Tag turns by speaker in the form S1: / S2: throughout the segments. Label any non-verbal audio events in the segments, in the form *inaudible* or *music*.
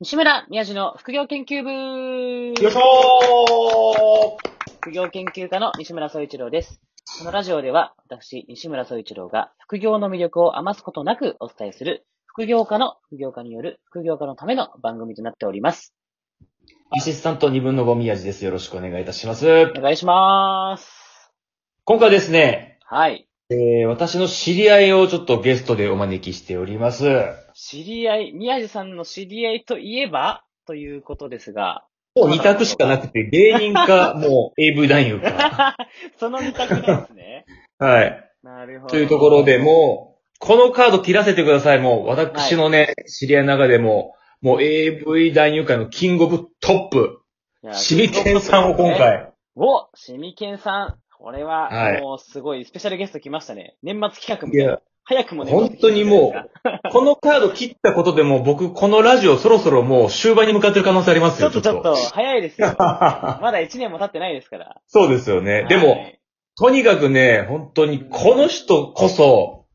S1: 西村宮治の副業研究部
S2: よいしょ
S1: 副業研究家の西村総一郎です。このラジオでは私、西村総一郎が副業の魅力を余すことなくお伝えする副業家の副業家による副業家のための番組となっております。
S2: アシスタント2分の5宮治です。よろしくお願いいたします
S1: お。願いします。
S2: 今回ですね、
S1: はい。
S2: えー、私の知り合いをちょっとゲストでお招きしております。
S1: 知り合い、宮治さんの知り合いといえばということです
S2: *laughs*
S1: が、
S2: もう2択しかなくて、芸人か、もう AV 男優 *laughs* か。
S1: その二択なんですね。
S2: はい。
S1: なるほど。
S2: というところでもう、このカード切らせてください。もう、私のね、知り合いの中でも、もう AV 男優界のキングオブトップ、
S1: いや、
S2: シミケンさんを今
S1: ね
S2: 回。
S1: おシミケンさん。これは
S2: は、い
S1: もうすごいスペシャルゲスト来ましたね。年末企画み
S2: い
S1: たい
S2: や
S1: な。、早くもね。
S2: 本当にもう、
S1: *laughs*
S2: このカード切ったことでもう僕、このラジオそろそろもう終盤に向かってる可能性ありま
S1: う
S2: す
S1: ちょ
S2: よ、
S1: っとちょっと、早いですよ。 *laughs*
S2: と。
S1: まだ1年も経ってないですから。
S2: *laughs* そうですよね。で
S1: は
S2: も、
S1: い
S2: とにかくね、本当にこの人こそ、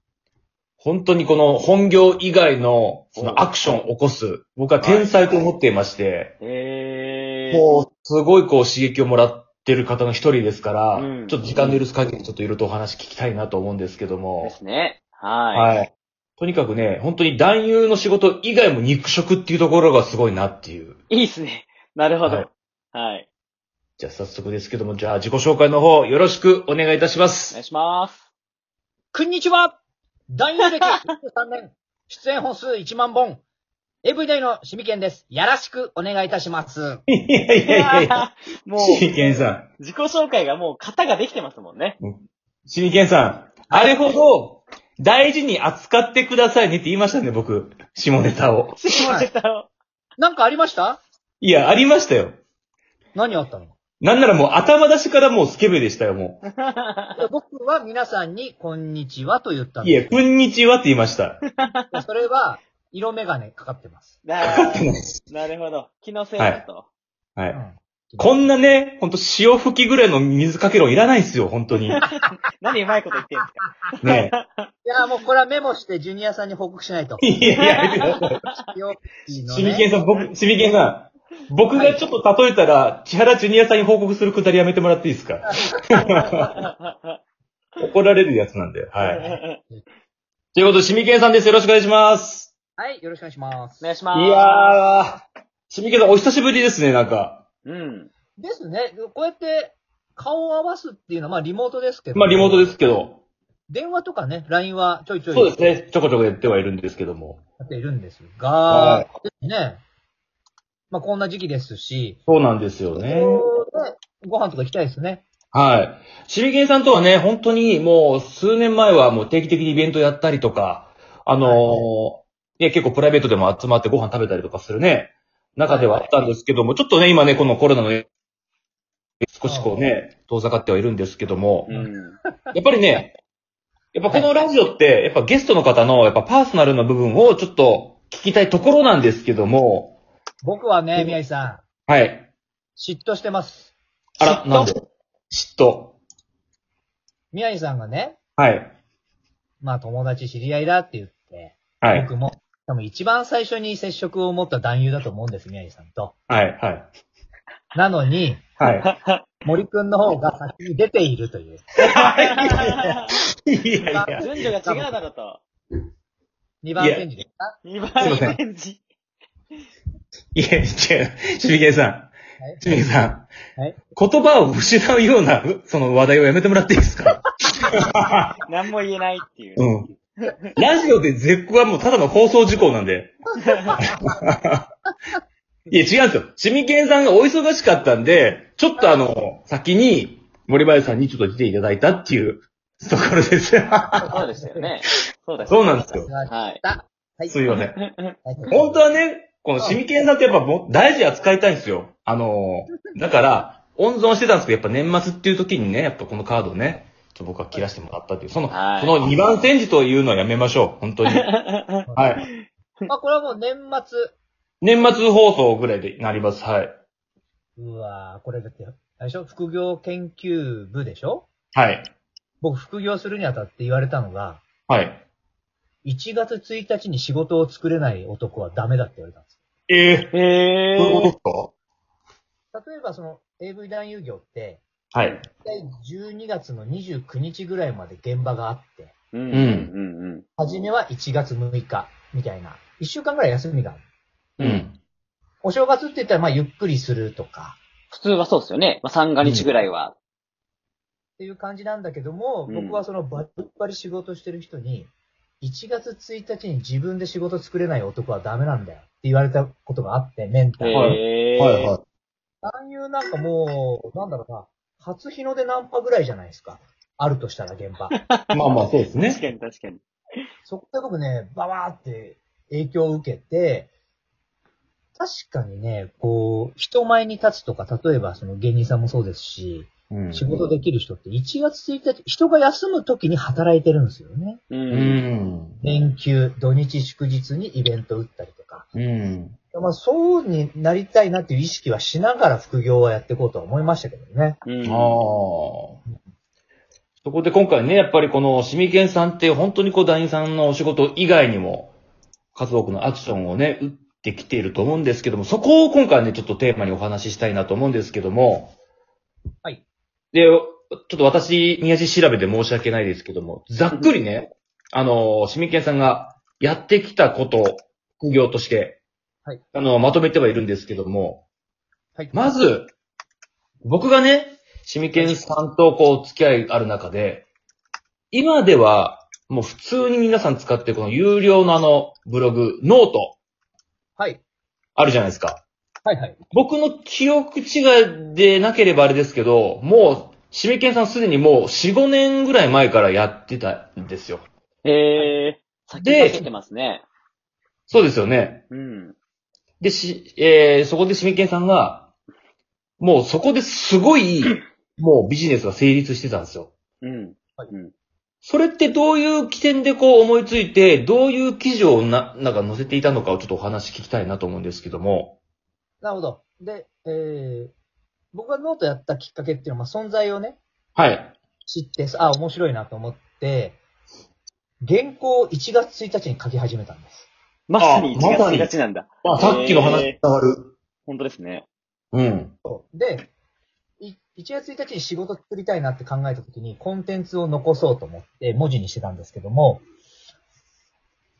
S2: 本当にこの本業以外のそのアクションを起こす、僕は天才と思っていまして、
S1: えー。
S2: もうすごいこう刺激をもらってる方の一人ですから、
S1: うん
S2: ちょっと時間の許す限りちょっといろいろとお話聞きたいなと思うんですけども。
S1: ですね。は
S2: はい。とにかくね、本当に男優の仕事以外も肉食っていうところがすごいなっていう。
S1: い。いいっすね。 *laughs* なるほ
S2: はい
S1: ど。はい。
S2: じゃあ早速ですけども、じゃあ自己紹介の方よろしくお願いいたしま
S1: お
S2: す
S1: 願い。します。
S3: こんにちは *laughs* 男優歴23年、出演本数1万本、AV 大のシミケンです。よろしくお願いいたします。
S2: いやい
S3: *laughs*
S1: や *laughs* もう、
S2: シミケンさ
S1: 自己紹介がもう型ができてますもん
S2: *laughs*
S1: ね。
S2: ん。シミケンさん。あれほど大事に扱ってくださいねって言いましたね、僕。下ネタを。
S1: 下ネタを。
S3: なんかありました
S2: いや、ありましたよ。
S3: 何あったの
S2: なんならもう頭出しからもうスケベでしたよ、も
S3: いや僕は皆さんに、こんにちはと言ったん
S2: う。い
S3: で
S2: や、こんにちはって言いました。
S3: す。それは、色眼鏡かかってます。
S1: ななるほど。気のせいだと。
S2: は
S3: う
S2: い。
S3: ん
S2: こんなね、ほんと潮吹きぐらいの水かけろいらないですよ、本当に。
S1: 何うまいこと言ってんですか
S3: *laughs*
S2: ね
S3: いや、もうこれはメモしてジュニアさんに報告しないと。
S2: いやいや、やめてください。
S3: よいいの
S2: シミケン
S3: ね。
S2: さん、僕、シミケンさん、僕がちょっと例えたら、千原ジュニアさんに報告するくだりやめてもらっていいですか怒られるやつなんで。はい。ということで、シミケンさんです。よろしくお願いします。
S3: はい、よろしくお願いします
S1: *laughs* お。願いし
S2: い
S1: ます。
S2: やー、シミケンさん、お久しぶりですね、なんか。
S1: うん。
S3: ですね、こうやって、顔を合わすっていうのは、まあリモートですけど。。
S2: まあ、リモートですすけど。
S3: 電話とかね、LINE はちょいちょい。
S2: そうですね。ちょこちょこやってはいるんですけども。
S3: やっているんですが、
S2: は
S3: ね、まあこんな時期ですし、
S2: そうなんですよね。
S3: ご飯とか行きたいですね。
S2: はい。シミケンさんとはね、本当にもう数年前はもう定期的にイベントやったりとか、あのー
S3: はい
S2: ね結構プライベートでも集まってご飯食べたりとかするね、中ではあったんですけども、ちょっとね、今ね、このコロナのね少しこうね、遠ざかってはいるんですけども、
S1: うん。
S2: やっぱりね、やっぱこのラジオって、やっぱゲストの方の、やっぱパーソナルの部分をちょっと聞きたいところなんですけども、
S3: 僕は
S2: う
S3: ね、
S2: ん
S3: 宮治さ
S2: はい。
S3: ん、嫉妬してます。
S2: あら、なんで嫉妬。
S3: 宮治さんがね、
S2: はい。
S3: まあ友達知り合いだって言って、
S2: はい。
S3: 僕も、多分一番最初に接触を持った男優だと思うんです、宮治さんと。
S2: はい。はい。
S3: なのに、
S2: はい。
S3: 森くんの方が先に出ているという。
S2: いやいや。
S1: 順序が違うだろと。
S3: 二番煎じですか
S1: 二
S2: いませ
S1: 番
S2: ん
S1: 返事。
S2: いや、違う。シミケンさん。シミケンさん。
S3: はい
S2: 言葉を失うような、うその話題をやめてもらっていいですか
S1: 何も言えないっていうう。
S2: ん。ラジオで絶句はもうただの放送事項なん
S3: *laughs*
S2: で。いや、違うんですよ。シミケンさんがお忙しかったんで、ちょっとあの、先に森林さんにちょっと来ていただいたっていうところです。 *laughs*
S1: そうでしたよね。そうだ
S2: そうなんですよ。
S1: はい。
S3: はい。
S2: すいません。
S3: はい
S2: 本当はね、このシミケンさんってやっぱもう大事に扱いたいんですよ。あのー、だから、温存してたんですけど、やっぱ年末っていう時にね、やっぱこのカードをね、ちょっと僕は切らせてもらったっていう、その、
S1: はい
S2: その2番戦時というのはやめましょう、本当
S1: *laughs*
S2: に。はい。
S3: まあこれはもう年末、
S2: 年末放送ぐらいでなります、はい。
S3: うわーこれだって、あれでしょ副業研究部でしょ
S2: はい。
S3: 僕、副業するにあたって言われたのが、
S2: はい。
S3: 1月1日に仕事を作れない男はダメだって言われたんです。
S2: ええ
S1: へ
S2: そういうこと
S1: え
S2: っすか
S3: 例えばその AV 男優業って、
S2: はい。
S3: 大体12月の29日ぐらいまで現場があって、
S1: うんうんうん
S3: 初めは1月6日みたいな、1週間ぐらい休みがあ
S2: う
S3: る。
S2: ん。
S3: お正月って言ったらまあゆっくりするとか
S1: 普通はそうですよね。まあ、三が日ぐらいは。
S3: っていう感じなんだけども、
S1: うん
S3: 僕はそのバリバリ仕事してる人に、1月1日に自分で仕事作れない男はダメなんだよって言われたことがあって、メンタ
S1: へ
S3: ー
S1: え
S3: に。
S2: はいはい。
S3: 男優なんかもう、なんだろうな、初日の出ナンパぐらいじゃないですか。あるとしたら現場。
S2: まあまあ、そうです
S1: 確か
S2: ね。
S1: に確かに。
S3: そこで僕ね、ババーって影響を受けて、確かにね、こう、人前に立つとか、例えばその芸人さんもそうですし、
S2: うん
S3: 仕事できる人って1月1日、人が休む時に働いてるんですよね。
S1: う。
S2: うんん。
S3: 連休、土日祝日にイベント打ったりとか。
S2: うん。
S3: まあそうになりたいなっていう意識はしながら副業はやっていこうとは思いましたけどね。
S1: う
S2: ああ
S1: ん。。
S2: そこで今回ね、やっぱりこの、シミケンさんって本当にこう、団員さんのお仕事以外にも、数多くのアクションをね、打ってきていると思うんですけども、そこを今回ね、ちょっとテーマにお話ししたいなと思うんですけども、
S3: はい。
S2: で、ちょっと私、宮地調べで申し訳ないですけども、ざっくりね、あの、シミケンさんがやってきたことを副業として、
S3: はい。
S2: あの、まとめてはいるんですけども、
S3: はい。
S2: まず、僕がね、シミケンさんとこう付き合いある中で、今ではもう普通に皆さん使ってるこの有料のあのブログ、ノート
S3: はい。
S2: あるじゃないですか。
S3: はいはい。
S2: 僕の記憶違いでなければあれですけど、もう、シミケンさんすでにもう4、5年ぐらい前からやってたんですよ。
S1: へえ。先
S2: で
S1: 駆けてますね。
S2: そうですよね。
S1: うん。
S2: で、し、えー、そこでシミケンさんが、もうそこですごい、もうビジネスが成立してたんですよ。
S1: うん。
S3: はい
S1: うん。
S2: それってどういう起点でこう思いついて、どういう記事をな、なんか載せていたのかをちょっとお話聞きたいなと思うんですけども。
S3: なるほど。で、えー、僕がノートやったきっかけっていうのは、まあ、存在をね、
S2: はい。
S3: 知って、あ、面白いなと思って、原稿を1月1日に書き始めたんです。
S1: まさに1
S2: まさに
S1: 月1日なんだ。
S2: あ、さっきの話
S1: え
S2: に伝わる。
S1: 本当ですね。
S2: うん。
S3: そうで、い1月1日に仕事作りたいなって考えた時に、コンテンツを残そうと思って文字にしてたんですけども、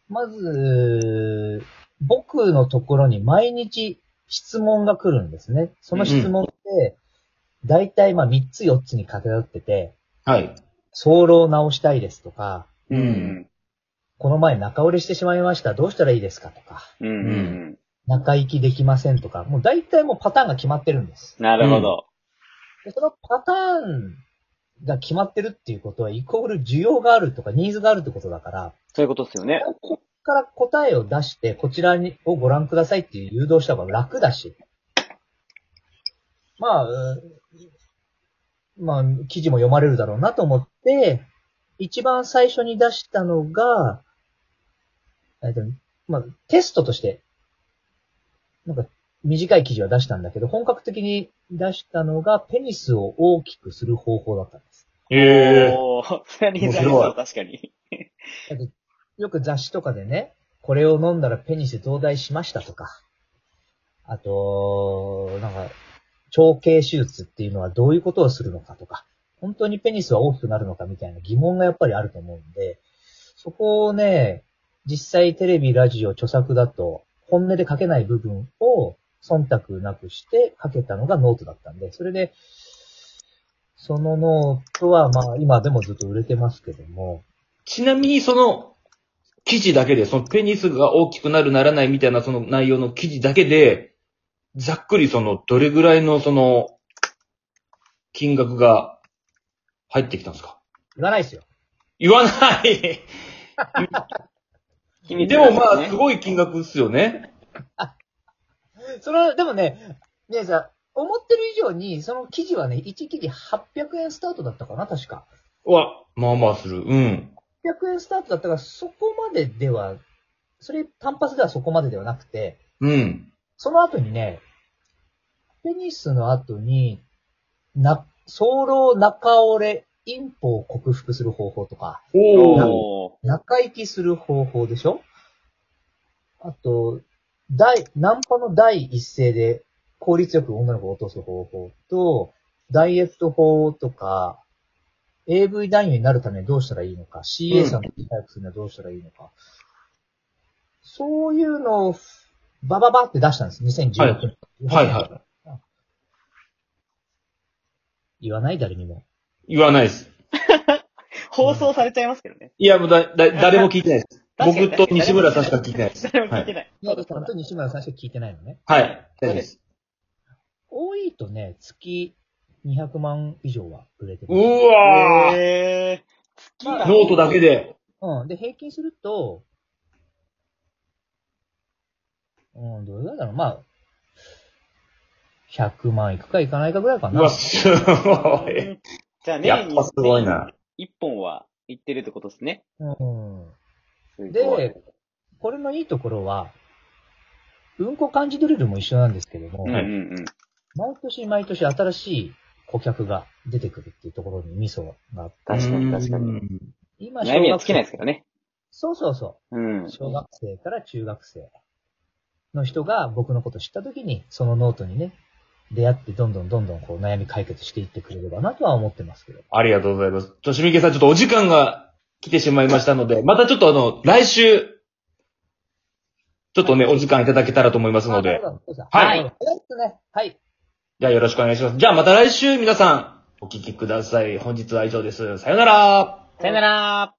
S3: まず、僕のところに毎日質問が来るんですね。その質問って、だいたいまあ3つ4つに偏ってて、
S2: はい。
S3: 早漏直したいですとか、
S2: う。。
S1: うん
S3: この前中折れしてしまいました、どうしたらいいですかとか、
S1: うん。うんうん。
S3: 中行きできませんとか、もう大体もうパターンが決まってるんです。
S1: なるほど。
S3: でそのパターンが決まってるっていうことは、イコール需要があるとかニーズがあるってことだから、
S1: そういうことですよね。
S3: ここから答えを出して、こちらにをご覧くださいっていう誘導した方が楽だし、まあ、うんまあ、記事も読まれるだろうなと思って、一番最初に出したのが、えっと、まあ、テストとして、なんか、短い記事は出したんだけど、本格的に出したのが、ペニスを大きくする方法だったんです。
S2: ええ
S1: おー。それはニーズあり
S2: 面白
S1: そ、
S2: いう
S1: 確かに。
S3: よく雑誌とかでね、これを飲んだらペニス増大しましたとか、あと、なんか、長径手術っていうのはどういうことをするのかとか、本当にペニスは大きくなるのかみたいな疑問がやっぱりあると思うんで、そこをね、実際テレビ、ラジオ、著作だと、本音で書けない部分を忖度なくして書けたのがノートだったんで、それで、そのノートはまあ今でもずっと売れてますけども、
S2: ちなみにその、記事だけで、そのペニスが大きくなるならないみたいなその内容の記事だけで、ざっくりその、どれぐらいのその、金額が入ってきたんですか
S3: 売らないですよ。
S2: 言わない
S1: 秘密
S2: で
S1: なん
S2: も
S1: すね
S2: まあ、すごい金額っすよね。
S3: その、でもね、ねえさん、思ってる以上に、その記事はね、1記事800円スタートだったかな、確か。
S2: うわ、まあまあする。うん。
S3: 800円スタートだったから、そこまででは、それ単発ではそこまでではなくて、
S2: うん。
S3: その後にね、ペニスの後に、な、早漏中折れ、インポを克服する方法とか、
S2: おー。
S1: おー。
S3: 中行きする方法でしょあと、第、ナンパの第一声で効率よく女の子を落とす方法と、ダイエット法とか、AV 男優になるためにどうしたらいいのか、
S2: う
S3: CA
S2: ん
S3: さんと仲良くするにはどうしたらいいのか、そういうのを、バババって出したんです、2016年。
S2: はいは
S3: 言わない、誰にも。
S2: い。言わないです。
S1: 放送されちゃいますけどね。
S2: いや、もうだ、だ、誰も聞いてないです。
S1: 確かに
S2: 僕と西村さんしか聞いてないです。
S1: 誰も聞いてない。
S3: いや、ちゃんと西村さんしか聞いてないのね。
S2: はい。大丈夫です。
S3: 多いとね、月200万以上は売れて
S2: う
S3: ます。
S2: わー
S1: えー、
S3: まあ
S2: ノートだけで。
S3: うん。で、平均すると、うん、どれぐらいだろう。まあ、100万いくかいかないかぐらいか
S2: う
S3: な
S2: わ、。す
S1: *laughs*
S2: ごい。
S1: うんじゃあね、
S2: やっぱすごいな。
S1: 一本は行ってるってことですね。
S3: う
S1: すごい
S3: ん。で、、これのいいところは、うんこ漢字ドリルも一緒なんですけども、
S1: うんうんうん。
S3: 毎年毎年新しい顧客が出てくるっていうところにミソがあって、
S1: 確かに確か
S2: う
S1: に。
S2: ん
S3: 今
S1: 悩みは尽きないです
S3: 生
S1: けどね。
S3: そうそうそう。
S1: うん。
S3: 小学生から中学生の人が僕のことを知ったときに、そのノートにね、出会ってどんどんどんどんこう悩み解決していってくれればなとは思ってますけど。
S2: ありがとうございます。としみけさん、ちょっとお時間が来てしまいましたので、またちょっとあの、来週、ちょっとね、お時間いただけたらと思いますの
S3: あ
S2: で、
S3: そうだそうだ
S2: はい
S3: あそうだ早いですね。はい。
S2: じゃあよろしくお願いします。じゃあまた来週皆さん、お聞きください。本日は以上です。さよなら。
S1: さよなら